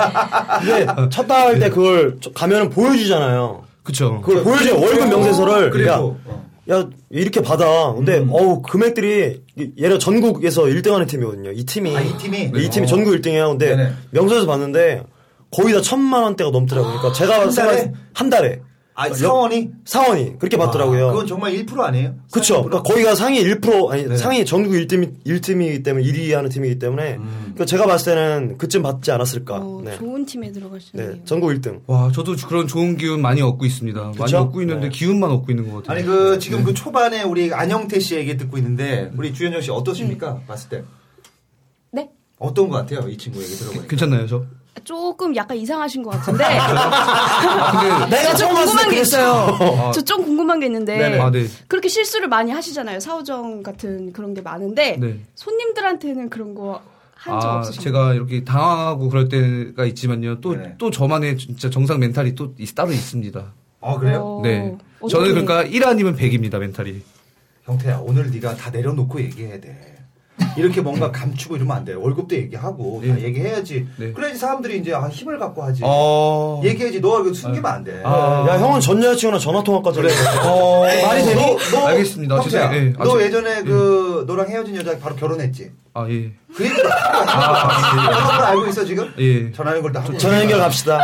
아, 첫 달 때 그걸 저- 가면은 보여주잖아요.
그쵸.
그걸 보여줘요.
어,
월급 명세서를. 그러니까
그래도.
야, 야, 이렇게 받아. 근데, 어우, 금액들이, 이- 얘네 전국에서 1등 하는 팀이거든요. 이 팀이. 이 팀이?
어.
전국 1등 해요. 근데, 명세서 봤는데, 거의 다 천만 원대가 넘더라고요. 그러니까 제가
한 달에?
생각했- 한 달에.
아, 사원이?
사원이. 그렇게 받더라고요.
아, 그건 정말 1% 아니에요?
그쵸. 그러니까 거기가 상위 1%, 아니, 상위 전국 1팀, 1팀이기 때문에, 1위 하는 팀이기 때문에,
음.
그러니까 제가 봤을 때는 그쯤 받지 않았을까. 네.
어, 좋은 팀에 들어가시네.
네. 전국 1등.
와, 저도 그런 좋은 기운 많이 얻고 있습니다. 많이
그쵸?
얻고 있는데 기운만 얻고 있는 것 같아요.
네.
네.
아니, 그, 지금 그 초반에 우리 안영태 씨 얘기 듣고 있는데, 우리 주현정 씨 어떠십니까? 그러니까 봤을 때.
네?
어떤 것 같아요? 이 친구 얘기 들어보니까.
괜찮나요, 저?
조금 약간 이상하신 것 같은데.
아, 근데-
내가 좀
처음 봤을
궁금한
때
게 있어요.
그랬어요.
저 좀 궁금한 게 있는데.
네네. 아, 네.
그렇게 실수를 많이 하시잖아요. 사우정 같은 그런 게 많은데.
네.
손님들한테는 그런 거 한 적
아,
없으신가요?
제가 이렇게 당황하고 그럴 때가 있지만요. 또,
네.
또 저만의 진짜 정상 멘탈이 또 있- 따로 있습니다.
아, 그래요?
네.
어떻게-
저는 그러니까 1 아니면 100입니다, 멘탈이.
형태야, 오늘 네가 다 내려놓고 얘기해야 돼. 이렇게 뭔가
네.
감추고 이러면 안 돼. 월급도 얘기하고, 다 얘기해야지. 그래야지 사람들이 이제 아, 힘을 갖고 하지.
어. 아.
얘기해야지. 너가 이거 숨기면 안 돼.
야, 형은 전 여자친구랑 전화통화까지 그래.
어...
말이 되니? 너,
알겠습니다.
형태야,
죄송해요. 예,
너
아주-
예전에 그, 너랑 헤어진 여자 바로 결혼했지?
아, 예.
그 얘기를 그걸 알고 있어, 지금?
아, 예.
전화 연결도 하고.
전화 연결 갑시다.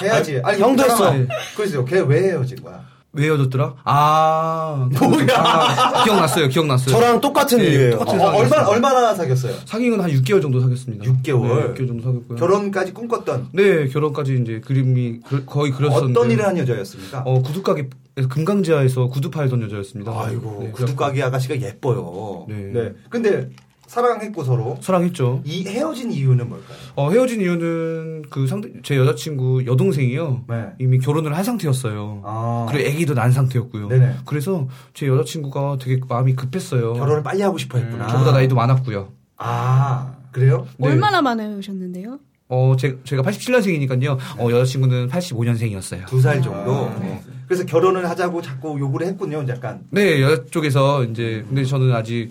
해야지. 아니,
형도 했어.
잠깐만. 그래서 걔 왜 헤어진 거야?
왜 헤어졌더라? 아. 뭐야? 기억났어요, 기억났어요.
저랑 똑같은
예,
일이에요.
똑같은
어, 어,
상황이었어요.
얼마나-
얼마나 사귀었어요?
사귄 건 한 6개월 정도 사귀었습니다. 6개월? 네, 6개월 정도 사귀었고요.
결혼까지 꿈꿨던?
네, 결혼까지 이제 그림이 그- 거의 그렸었는데.
어떤 일을 한 여자였습니까?
어, 구두가게, 금강지하에서 구두 팔던 여자였습니다. 네, 아이고,
구두가게 아가씨가 예뻐요.
네.
네. 근데 사랑했고 서로
사랑했죠.
이 헤어진 이유는 뭘까요?
어, 헤어진 이유는 그 상대, 제 여자친구 여동생이요.
네.
이미 결혼을 한 상태였어요. 네. 그리고 아기도 난 상태였고요. 그래서 제 여자친구가 되게 마음이 급했어요. 아.
결혼을 빨리 하고 싶어 했구나.
음, 저보다 나이도 많았고요.
아, 그래요?
네.
얼마나 많이 오셨는데요?
어, 제, 제가 87년생이니까요. 어,
네.
여자친구는 85년생이었어요.
두 살 정도.
아,
네. 그래서 결혼을 하자고 자꾸 요구를 했군요, 약간.
네, 여자 쪽에서 이제 근데 저는 아직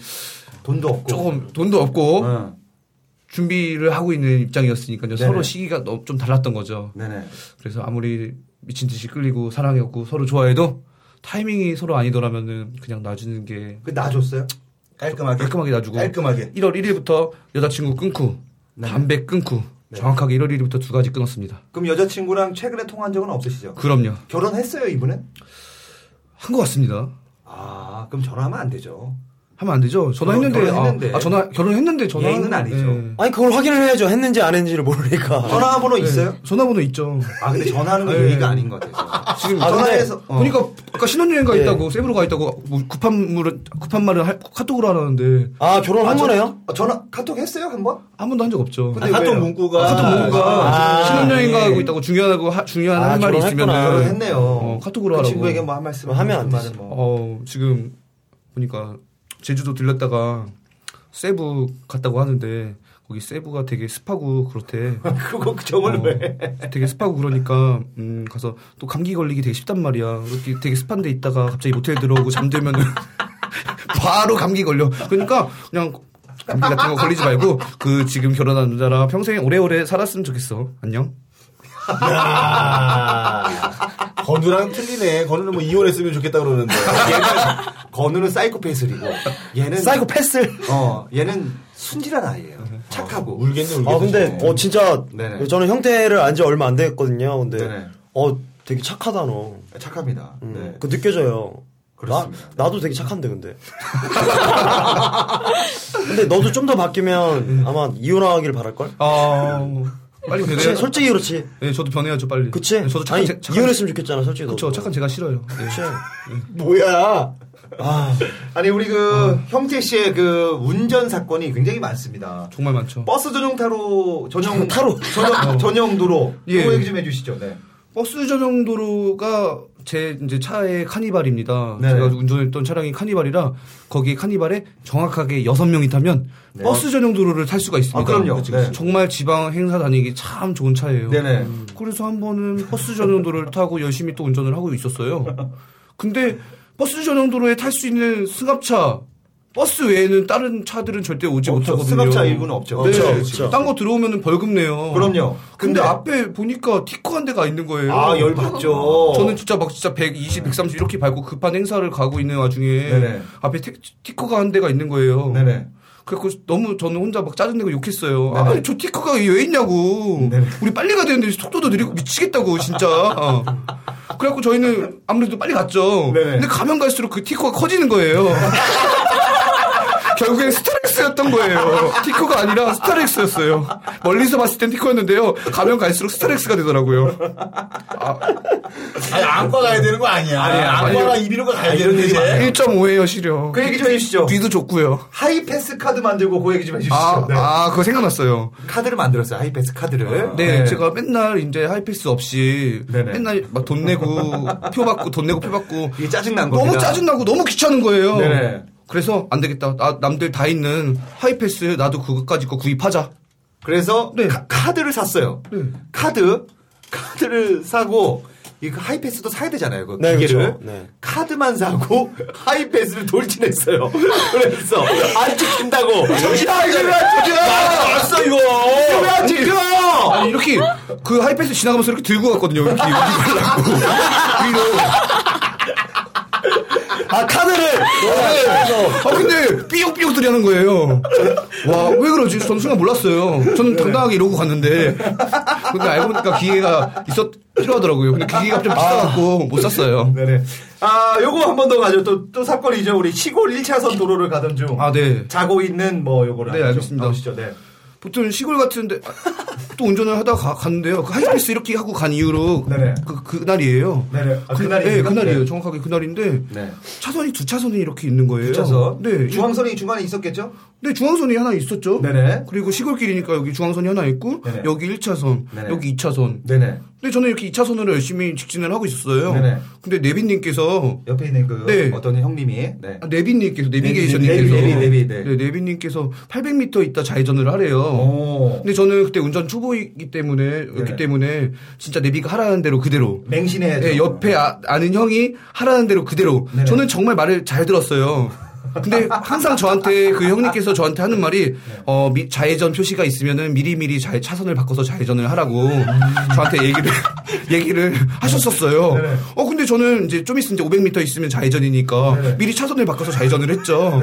돈도 없고
조금 어? 돈도 없고 준비를 하고 있는 입장이었으니까요.
네. 네네.
서로 시기가 너무 좀 달랐던 거죠.
네네.
그래서 아무리 미친 듯이 끌리고 사랑했고 서로 좋아해도 타이밍이 서로 아니더라면은 그냥 놔주는 게.
그 놔줬어요?
깔끔하게 깔끔하게 놔주고 깔끔하게 1월 1일부터 여자친구 끊고
네.
담배 끊고 정확하게 1월 1일부터 두 가지 끊었습니다.
그럼 여자친구랑 최근에 통화한 적은 없으시죠?
그럼요.
결혼했어요, 이분은?
한 것 같습니다.
아, 그럼 전화하면 안 되죠.
하면 안 되죠. 전화했는데,
결혼- 결혼했는데.
아, 아, 전화 결혼했는데 네. 전화
예의는 아니죠.
아니, 그걸 확인을 해야죠. 했는지 안 했는지를 모르니까.
전화번호 있어요?
네. 전화번호 있죠.
아, 근데 전화하는 건
예.
예의가 아닌 것 같아서.
지금
아,
전화해서
전화해서- 어.
보니까 아까 신혼여행 가
예.
있다고 세부로 가 있다고 뭐 급한 말은 급한 말을 할- 카톡으로 하라는데
아 결혼
한
거네요?
전화 카톡 했어요 한 번?
한 번도 한 적 없죠.
근데 아, 카톡 왜요? 문구가-
카톡 문구가
아,
신혼여행
예.
가고 있다고 중요하고 하, 중요한
아,
할 말이 있으면
결혼했구나. 결혼했네요.
카톡으로
그
하라고
친구에게 뭐한 말씀
하면
안
안
되지.
되지. 어 지금 보니까 제주도 들렸다가 세부 갔다고 하는데 거기 세부가 되게 습하고 그렇대.
그거 저걸
어.
왜?
어, 되게 습하고 그러니까 음 가서 또 감기 걸리기 되게 쉽단 말이야. 이렇게 되게 습한데 있다가 갑자기 모텔 들어오고 잠들면 바로 감기 걸려. 그러니까 그냥 감기 같은 거 걸리지 말고 그 지금 결혼한 남자랑 평생 오래오래 살았으면 좋겠어. 안녕.
건우랑 틀리네. 건우는 뭐 이혼했으면 좋겠다 그러는데.
건우는 사이코패스이고 얘는
사이코패스.
어, 얘는 순진한 아이예요.
어.
착하고.
울겠네,
아 근데 어 진짜
네네.
저는 형태를 안 지 얼마 안 됐거든요. 근데
네네. 아,
어 되게 착하다 너.
착합니다.
음,
네.
그 느껴져요. 나, 나도 되게 착한데 근데. 근데 너도 좀 더
음.
바뀌면 아마 이혼하길 바랄 걸.
아 빨리
그치,
변해야-
솔직히 그렇지.
음.
예, 저도 변해야죠 빨리. 네,
그치?
네,
저도 착한
아니,
제- 착한-
이혼했으면 좋겠잖아, 솔직히.
그쵸, 착한 제가 싫어요.
그치.
음. 뭐야? 아. 아니 우리 그
어.
형태 씨의 그 운전 사건이 굉장히 많습니다.
정말 많죠.
버스 전용 타로 전용
타로.
전용
어.
전용 도로
예.
그거 얘기 좀 해주시죠. 네.
버스 전용 도로가 제 이제 차의 카니발입니다.
네.
제가 운전했던 차량이 카니발이라 거기에 카니발에 정확하게 여섯 명이 타면
네.
버스 전용 도로를 탈 수가 있습니다.
아, 그럼요.
그치,
네.
정말 지방 행사 다니기 참 좋은 차예요.
네네.
그래서 한 번은 버스 전용 도로를 타고 열심히 또 운전을 하고 있었어요. 근데 버스 전용 도로에 탈 수 있는 승합차 버스 외에는 다른 차들은 절대 오지 못하거든요.
승합차 일부는 없죠.
네.
그렇죠, 그렇죠.
딴거 들어오면 벌금 내요.
그럼요.
근데, 앞에 보니까 티커 한 대가 있는 거예요.
아, 열받죠.
저는 진짜 막 진짜 120, 130 이렇게 밟고 급한 행사를 가고 있는 와중에
네네.
앞에 티, 티커가 한 대가 있는 거예요.
네네.
그래서 너무 저는 혼자 막 짜증내고 욕했어요. 아니 저 티커가 왜 있냐고. 우리 빨리 가야 되는데 속도도 느리고 미치겠다고 진짜. 어. 그래갖고 저희는 아무래도 빨리 갔죠. 근데 가면 갈수록 그 티커가 커지는 거예요. 결국엔 스타렉스였던 거예요. 티커가 아니라 스타렉스였어요. 멀리서 봤을 땐 티커였는데요. 가면 갈수록 스타렉스가 되더라고요.
아니, 안과 가야 되는 거 아니야. 안과가 이비인후과
아,
가야 되는데, 이제.
1.5예요, 시려.
그 얘기 좀 해주시죠.
뒤도 좋고요.
하이패스 카드 만들고 그 얘기 좀 해주시죠.
어. 아,
네.
아, 그거 생각났어요.
카드를 만들었어요. 하이패스
아,
카드를.
네, 제가 맨날 이제 하이패스 없이 맨날 막 돈 내고 표 받고 돈 내고 표 받고
이게 짜증난
너무
겁니다.
짜증나고 너무 귀찮은 거예요.
네네.
그래서 안 되겠다. 나- 남들 다 있는 하이패스 나도 그거까지 거 구입하자.
그래서
네.
카, 카드를 샀어요. 카드 카드를 사고 이그 하이패스도 사야 되잖아요. 그
네,
기계를.
그렇죠. 네.
카드만 사고 하이패스를 돌진했어요. 그래서 안 찍힌다고. 저기야 이거 왜안 찍혀?
나왔어, 이거.
이거 왜안 찍혀?
아니 이렇게 그 하이패스 지나가면서 이렇게 들고 갔거든요. 이렇게 여기 가려고 위로. 아 카드를.
네.
네.
아 근데 삐용삐용 들이하는 거예요. 와 왜 그러지? 저는 순간 몰랐어요. 저는
네.
당당하게 이러고 갔는데 근데 알고 보니까 기계가 있었 필요하더라고요. 근데 기계가 좀 비싸갖고 못 샀어요.
아. 네네. 아, 요거 한 번 더 가죠. 또, 또 사건이죠. 우리 시골 1차선 도로를 가던 중.
아 네.
자고 있는 뭐 요거를.
네,
한번 좀
알겠습니다.
가보시죠. 네.
보통 시골 같은데 아, 또 운전을 하다가 가- 갔는데요. 그 하이패스 이렇게 하고 간 이후로 그 그날이에요.
네, 네네. 아,
그,
그날이에요?
네, 그날이에요.
네.
정확하게 그날인데
네.
차선이 두 차선이 이렇게 있는 거예요.
주차선.
네.
중앙선이 중간에 있었겠죠?
네, 중앙선이 하나 있었죠.
네네.
그리고 시골길이니까 여기 중앙선이 하나 있고
네네.
여기 1차선,
네네.
여기 2차선.
네네.
근데 저는 이렇게 2차선으로 열심히 직진을 하고 있었어요.
네네.
근데 네빈님께서
옆에 있는 그
네.
어떤 형님이. 네.
아, 네빈님께서 내비게이션님께서
네비, 네비, 네비, 네.
님께서 800m 있다 좌회전을 하래요. 근데 저는 그때 운전 초보이기 때문에 였기 때문에 진짜 네비가 하라는 대로 그대로
맹신해야죠. 네.
네, 옆에 아, 는 형이 하라는 대로 그대로. 저는 정말 말을 잘 들었어요. 근데 항상 저한테 그 형님께서 저한테 하는 말이 어, 미- 좌회전 표시가 있으면은 미리미리 좌- 차선을 바꿔서 좌회전을 하라고 저한테 얘기를 얘기를 하셨었어요.
네.
어 근데 저는 이제 좀 있으면 이제 500m 있으면 좌회전이니까
네.
미리 차선을 바꿔서 좌회전을 했죠.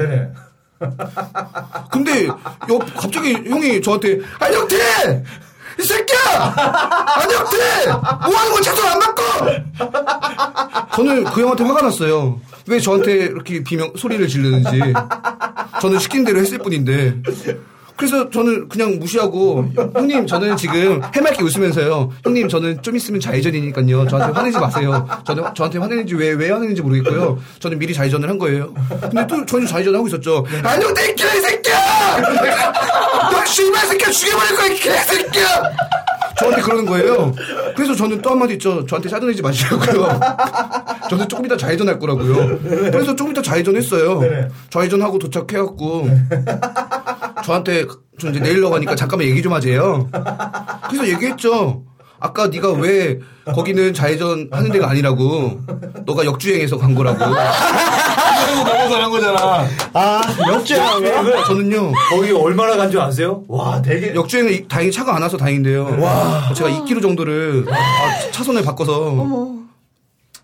근데 옆 갑자기 형이 저한테 안혁태 이 새끼야 안혁태 뭐 하는 거야 차선 안 바꿔 저는 그 형한테 화가 났어요 왜 저한테 이렇게 비명 소리를 지르는지 저는 시킨 대로 했을 뿐인데 그래서 저는 그냥 무시하고 형님 저는 지금 해맑게 웃으면서요 형님 저는 좀 있으면 좌회전이니까요 저한테 화내지 마세요 저는 저한테 화내는지 왜 왜 화내는지 모르겠고요 저는 미리 좌회전을 한 거예요 근데 또 저는 좌회전 하고 있었죠 안녕 땡큐 이 새끼야 너 씨발 새끼야 죽여버릴 거야 이 개새끼야 저한테 그러는 거예요 그래서 저는 또 한마디 있죠 저한테 짜증내지 마시라고요 저는 조금 이따 좌회전할 거라고요 그래서 조금 이따 좌회전했어요 좌회전하고 도착해갖고 저한테 좀 이제 내일러 가니까 잠깐만 얘기 좀 하재요. 그래서 얘기했죠. 아까 네가 왜 거기는 좌회전 하는 데가 아니라고. 너가 역주행해서 간 거라고.
넘어서 한 거잖아.
아
역주행을?
저는요.
거기 얼마나 간 줄 아세요? 와 되게
역주행을 이- 다행히 차가 안 와서 다행인데요. 와 제가 2km 정도를 아, 차선을 바꿔서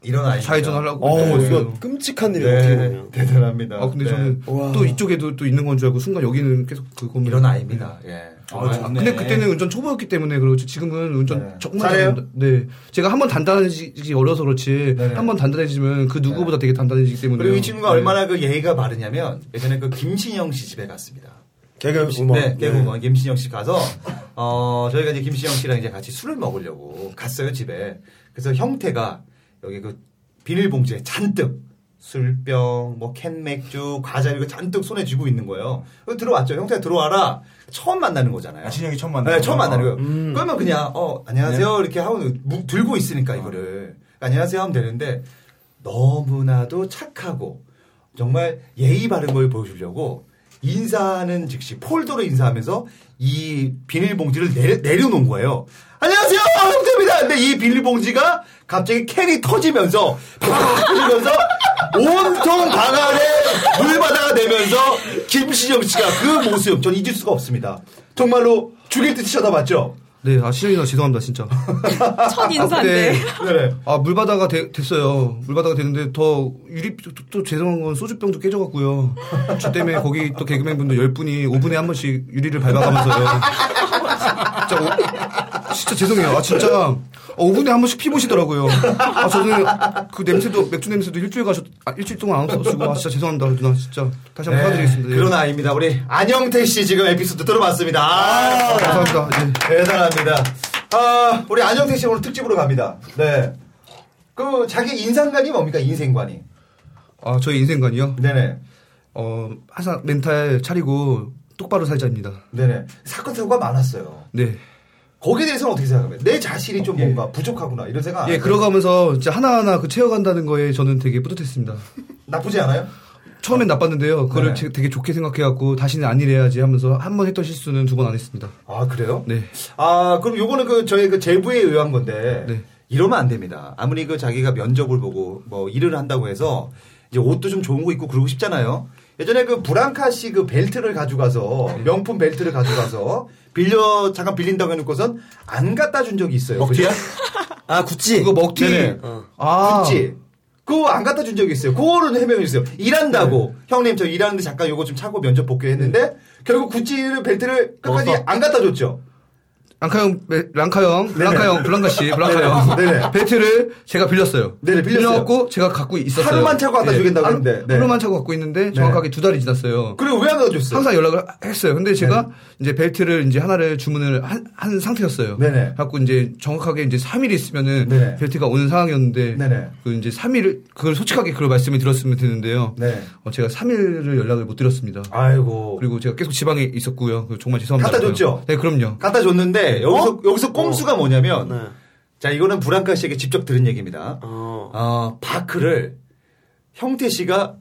이런 아이
좌회전하려고. 네.
어, 이거
끔찍한
일이에요, 어떻게 보면. 네, 대단합니다.
아 근데
네.
저는
와.
또 이쪽에도 또 있는 건 줄 알고 순간 여기는 계속 그거 이런
아이입니다. 예.
아,
좋네.
근데 그때는 운전 초보였기 때문에 그렇지 지금은 운전 정말
잘해요?
잘합니다. 네 제가 한 번 단단해지기 어려서 그렇지 한 번 단단해지면 그 누구보다 되게 단단해지기 때문에
네. 그리고 이 친구가 얼마나 그 예의가 바르냐면 예전에 그 김신영 씨 집에 갔습니다.
개그우먼.
네, 개그우먼 김신영 씨 가서 어 저희가 이제 김신영 씨랑 이제 같이 술을 먹으려고 갔어요 집에. 그래서 형태가 여기 그 비닐봉지에 잔뜩 술병, 뭐 캔맥주, 과자 이거 잔뜩 손에 쥐고 있는 거예요. 그래서 들어왔죠. 형태가 들어와라. 처음 만나는 거잖아요. 신영이 처음
만나는
네, 처음
거예요.
만나는 거예요.
음.
그러면 그냥 어 안녕하세요 이렇게 하고 무- 들고 있으니까 이거를 안녕하세요 하면 되는데 너무나도 착하고 정말 예의 바른 걸 보여주려고 인사하는 즉시 폴더로 인사하면서 이 비닐봉지를 내려, 내려놓은 거예요. 안녕하세요, 형태입니다. 근데 이 비닐봉지가 갑자기 캔이 터지면서 팍 터지면서 온통 방 안에 물바다가 되면서 김신영 씨가 그 모습 전 잊을 수가 없습니다. 정말로 죽일 듯이 쳐다봤죠.
네, 아, 신영이 나 죄송합니다, 진짜.
첫
아, 그때, 아, 물바다가 되- 됐어요. 물바다가 됐는데 더 유리 또, 또 죄송한 건 소주병도 깨져갖고요. 저 때문에 거기 또 개그맨분들 10분이 5분에 한 번씩 유리를 밟아가면서요. 진짜, 오- 진짜 죄송해요. 아 진짜 5분에 한 번씩 피보시더라고요. 아 저는 그 냄새도 맥주 냄새도 일주일 가셨 아, 일주일 동안 안 없었고 아 진짜 죄송합니다 누나 진짜 다시
네,
한번 사드리겠습니다.
네, 그런 아이입니다. 우리 안영태 씨 지금 에피소드 들어봤습니다. 아,
감사합니다. 예.
대단합니다. 아, 우리 안영태 씨 오늘 특집으로 갑니다. 네. 그 자기 인상관이 뭡니까? 인생관이.
아, 저의 인생관이요?
네네.
어, 항상 멘탈 차리고 똑바로 살자입니다.
네네. 사건 사고가 많았어요.
네.
거기에 대해서는 어떻게 생각합니까? 내 자신이 좀 뭔가 부족하구나 이런 생각. 안
예,
하세요?
그러가면서 진짜 하나하나 그 채워간다는 거에 저는 되게 뿌듯했습니다.
나쁘지 않아요?
처음엔 나빴는데요. 그거를
네.
제- 되게 좋게 생각해갖고 다시는 안 이래야지 하면서 한 번 했던 실수는 두 번 안 했습니다.
아 그래요?
네.
아 그럼 요거는 그 저희 그 제보에 의한 건데
네.
이러면 안 됩니다. 아무리 그 자기가 면접을 보고 뭐 일을 한다고 해서 이제 옷도 좀 좋은 거 입고 그러고 싶잖아요. 예전에 그 브랑카 씨 그 벨트를
네.
가져가서 명품 벨트를 가져가서 빌려 잠깐 빌린다고 해놓고선 안 갖다 준 적이 있어요. 먹튀야? 뭐-
아 구찌. 그거 먹튀.
네네.
아.
구찌. 그거 안 갖다 준 적이 있어요. 그거는 해명해 주세요. 일한다고
네.
형님 저 일하는데 잠깐 요거 좀 차고 면접 볼게요 했는데 결국 구찌를 벨트를 끝까지
넣어서?
안 갖다 줬죠.
랑카형, 랑카형, 랑카형, 블랑카씨, 블랑카형.
네네. 네네.
벨트를 제가 빌렸어요.
네네, 빌렸어요.
빌려갖고 제가 갖고 있었어요.
하루만 차고 갖다 주겠다고
하루-
했는데. 네.
하루만 차고 갖고 있는데 정확하게 두 달이 지났어요.
그리고 왜안 넣어줬어요?
항상 연락을 했어요. 근데 제가
네.
이제 벨트를 이제 하나를 주문을 한, 한 상태였어요.
네네.
갖고 이제 정확하게 이제 3일 있으면은
네네.
벨트가 오는 상황이었는데
네네.
그 이제 3일을 그걸 솔직하게 그걸 말씀을 드렸으면 되는데요.
네.
어, 제가 3일을 연락을 못 드렸습니다.
아이고.
그리고 제가 계속 지방에 있었고요. 그 정말 죄송합니다.
갖다 줬죠?
네, 그럼요.
갖다 줬는데
어?
여기서 여기서 꼼수가 뭐냐면 자 이거는 브랑카 씨에게 직접 들은 얘기입니다. 어. 바크를 형태 씨가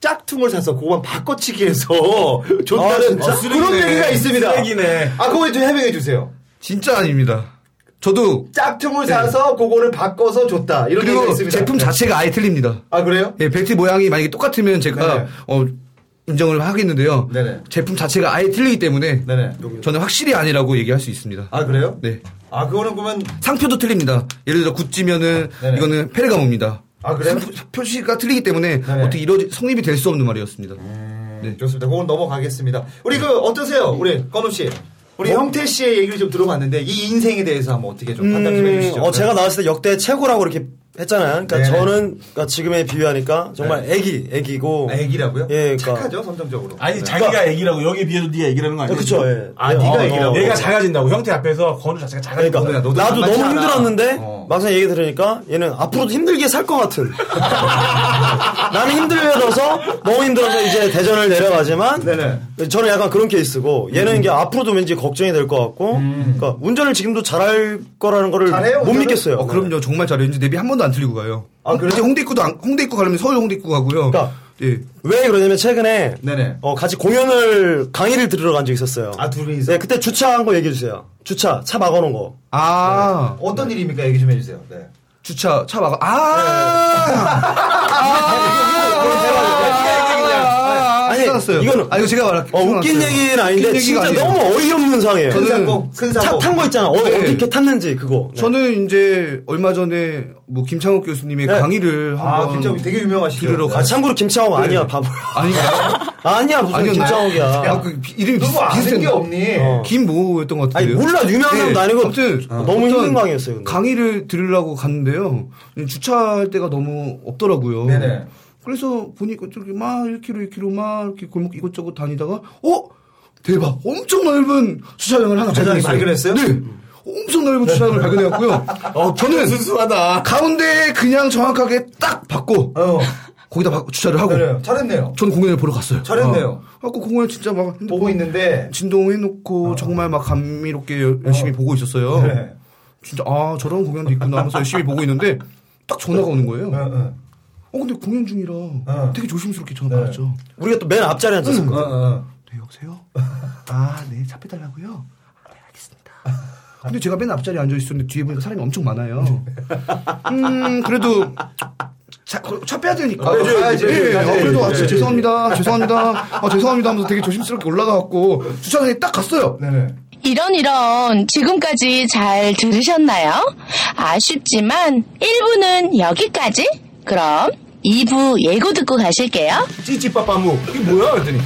짝퉁을 사서 그거만 바꿔치기해서 줬다는
진짜?
그런
쓰레기네.
얘기가 있습니다.
쓰레기네.
아 그거 좀 해명해 주세요.
진짜 아닙니다. 저도
짝퉁을 사서 그거를 바꿔서 줬다 이런 얘기가
그리고
있습니다.
제품
네.
자체가 아예 틀립니다.
아 그래요?
예, 벨트 모양이 만약에 똑같으면 제가 어, 인정을 하겠는데요. 제품 자체가 아예 틀리기 때문에 저는 확실히 아니라고 얘기할 수 있습니다.
아 그래요?
네.
아 그거는 그러면
상표도 틀립니다. 예를 들어 구찌면은 이거는 페르가모입니다.
아 그래요?
표시가 틀리기 때문에 어떻게 이러 성립이 될 수 없는 말이었습니다. 네.
좋습니다. 그건 넘어가겠습니다. 우리 그 어떠세요? 우리 건우 씨. 우리 형태 씨의 얘기를 좀 들어봤는데 이 인생에 대해서 한번 어떻게 좀 판단 좀 해주시죠.
어, 제가 나왔을 때 역대 최고라고 이렇게 했잖아요. 그러니까
네네. 네.
저는 그러니까 지금에 비유하니까 정말 애기, 애기고.
아, 애기라고요?
예, 그러니까.
착하죠 선정적으로. 네. 그러니까
아니 자기가 애기라고 여기에 비해서 네가 애기라는 거 아니야?
어, 그쵸, 예.
아,
네,
네가
어,
애기라고.
어.
얘가 작아진다고 형태 앞에서 건우 자체가 작아진다고. 어.
그러니까 나도 너무 힘들었는데 막상 얘기 들으니까 얘는 앞으로도 힘들게 살 것 같은. 나는 힘들어서 너무 힘들어서 이제 대전을 내려가지만 저는 약간 그런 케이스고 얘는
음.
이게 앞으로도 왠지 걱정이 될 것 같고 그러니까 운전을 지금도 잘할 거라는 거를 못 믿겠어요.
어, 그럼요. 정말 잘해요. 이제 내비 한 번도 안 틀리고 가요. 아, 그래요? 이제 홍대 입구도 안- 홍대 입구 가려면 서울 홍대 입구 가고요.
왜 그러냐면 최근에
네.
어, 같이 공연을 강의를 들으러 간 적이 있었어요. 아
둘이서.
네 그때 주차한 거 얘기해 주세요. 주차 차 막아놓은 거.
아
네.
어떤 일입니까? 얘기 좀 해주세요. 네.
주차 차 막아
네.
아.
아니 이거는
아 이거 제가 말할게요.
어, 웃긴
생각났어요.
얘기는 아닌데
웃긴
진짜
얘기가
너무
아니에요.
어이없는 상이에요.
저는
차 탄 거 있잖아. 어,
네.
어떻게 탔는지 그거.
저는 이제 얼마 전에 뭐 김창욱 교수님의
네.
강의를
아,
한번
김창욱 되게 유명하시죠.
들으러
네.
가.
아, 참고로 김창욱 아니야, 바보.
아닌가?
아니야 무슨
아니었나요?
김창욱이야.
아, 그 비- 이름이
너무
비슷-
아는
비슷했나?
게 없니?
김모였던 것 같은데.
아니, 몰라. 유명한 사람도 아니고 어, 너무 힘든 강의였어요,
강의를 들으려고 갔는데요. 주차할 데가 너무 없더라고요.
네네.
그래서 보니까 저기 막 1km, 1km 막 이렇게 골목 이것저것 다니다가 어 대박 엄청 넓은 주차장을 하나
주차장이
발견했어요.
발견했어요?
네. 엄청 넓은 주차장을 발견했고요.
어,
저는 순수하다. 가운데 그냥 정확하게 딱 받고
어.
거기다 박- 주차를 하고
네, 네. 잘했네요.
전 공연을 보러 갔어요.
잘했네요.
아까 공연 진짜 막
보고 있는데 어.
진동해놓고 정말 막 감미롭게 여- 열심히 보고 있었어요.
네.
진짜 아 저런 공연도 있구나 하면서 열심히 보고 있는데 딱 전화가 오는 거예요.
네.
어 근데 공연 중이라 되게 조심스럽게 전화
네.
받았죠.
우리가 또 맨 앞자리에 앉았을 거야.
네 여보세요. 아네차 빼달라고요. 아, 네, 알겠습니다. 근데 제가 맨 앞자리에 앉아 있었는데 뒤에 보니까 사람이 엄청 많아요. 네. 음 그래도 차, 차 빼야 되니까.
빼줘야지,
빼야지.
빼줘야지.
예, 아, 그래도 아,
빼줘야지.
죄송합니다. 죄송합니다. 아, 죄송합니다 하면서 되게 조심스럽게 올라가갖고 주차장에 딱 갔어요. 네네.
이런 이런 지금까지 잘 들으셨나요? 아쉽지만 1부는 여기까지. 그럼 2부 예고 듣고 가실게요.
찌찌빠빠무 이게 뭐야 그랬더니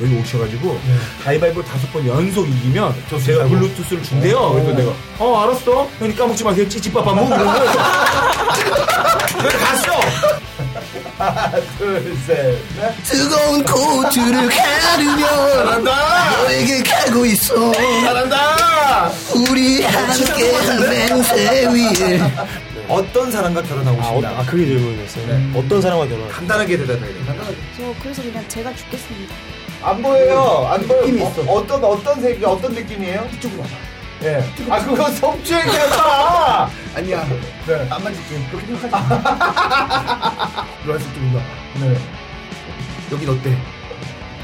여기 오셔가지고 가위바위보 다섯 번 연속 이기면 저 제가 블루투스를 준대요 그래서 내가 어 알았어 형님 까먹지 마세요 찌찌빠빠무 뭐 그러면서 그래서 갔어
둘셋
뜨거운 고추를 가르며 잘한다. 너에게 가고 있어.
잘한다.
우리
어,
함께
냄새
위에.
어떤 사람과 결혼하고 싶나? 아,
그게 질문이었어요. 어떤 사람과 결혼?
간단하게 대답해야 돼. 간단하게.
저 그래서 그냥 제가 죽겠습니다.
안 보여요.
아,
안 보여. 어, 어떤 어떤 색이 어떤 느낌이에요? 이쪽으로 와봐. 예. 아 그거 성추행이야.
아니야.
네.
안 만질게. 그렇게 생각하지 노란색 좀 입어.
네.
여긴 어때?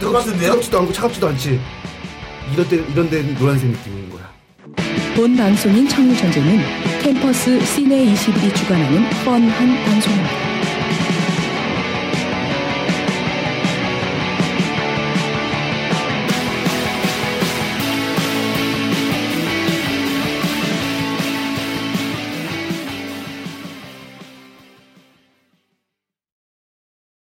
똑같은데요?
뜨겁지도 않고 차갑지도 않지. 이런 데 이런 데는 노란색 느낌인 거야.
본 방송인 청류전쟁은 캠퍼스 시내 21이 주관하는 뻔한 방송입니다.